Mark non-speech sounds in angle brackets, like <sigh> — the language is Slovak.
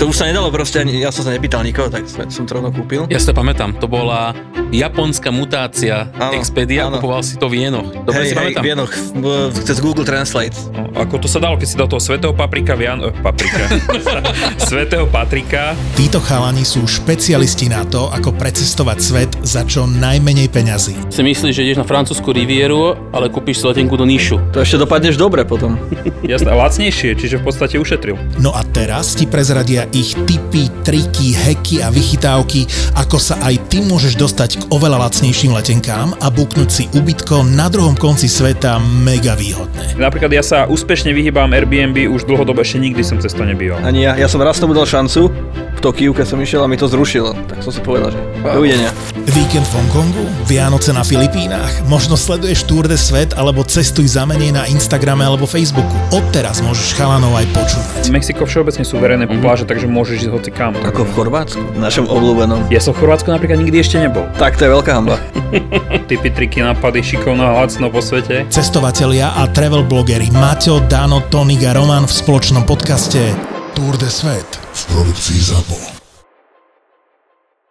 To už sa nedalo proste, ani, ja som sa nepýtal nikoho, tak sme- som to rovno kúpil. Ja si to pamätám, to bola japonská mutácia Áno, Expedia, áno. kupoval si to v jenoch. Dobre Hej, si hej, pamätám. vienoch, v- v- cez Google Translate. No, ako to sa dalo, keď si dal toho svetého paprika, vian... eh, <laughs> paprika. svetého Patrika. Títo chalani sú špecialisti na to, ako precestovať svet za čo najmenej peňazí. Si myslíš, že ideš na francúzsku rivieru, ale kúpiš si letenku do Nišu. To ešte dopadneš dobre potom. Jasné, a lacnejšie, čiže v podstate ušetril. No a teraz ti prezradia ich tipy, triky, heky a vychytávky, ako sa aj ty môžeš dostať k oveľa lacnejším letenkám a buknúť si ubytko na druhom konci sveta mega výhodné. Napríklad ja sa úspešne vyhýbam Airbnb, už dlhodobo ešte nikdy som cez to nebýval. Ani ja, ja som raz tomu dal šancu, v Tokiu, keď som išiel a mi to zrušilo. Tak som si povedal, že dovidenia. Víkend v Hongkongu? Vianoce na Filipínach? Možno sleduješ Tour de Svet alebo cestuj za menej na Instagrame alebo Facebooku. Odteraz môžeš chalanov aj počúvať. Mexiko všeobecne sú verejné pláže, takže môžeš ísť hoci kam. Ako v Chorvátsku, našom obľúbenom. Ja som v Chorvátsku napríklad nikdy ešte nebol. Tak to je veľká hamba. Typy, triky, nápady, šikovná, lacno po svete. Cestovatelia a travel blogery Mateo, Dano, Tonik a Roman v spoločnom podcaste Tour de Svet v produkcii ZAPO.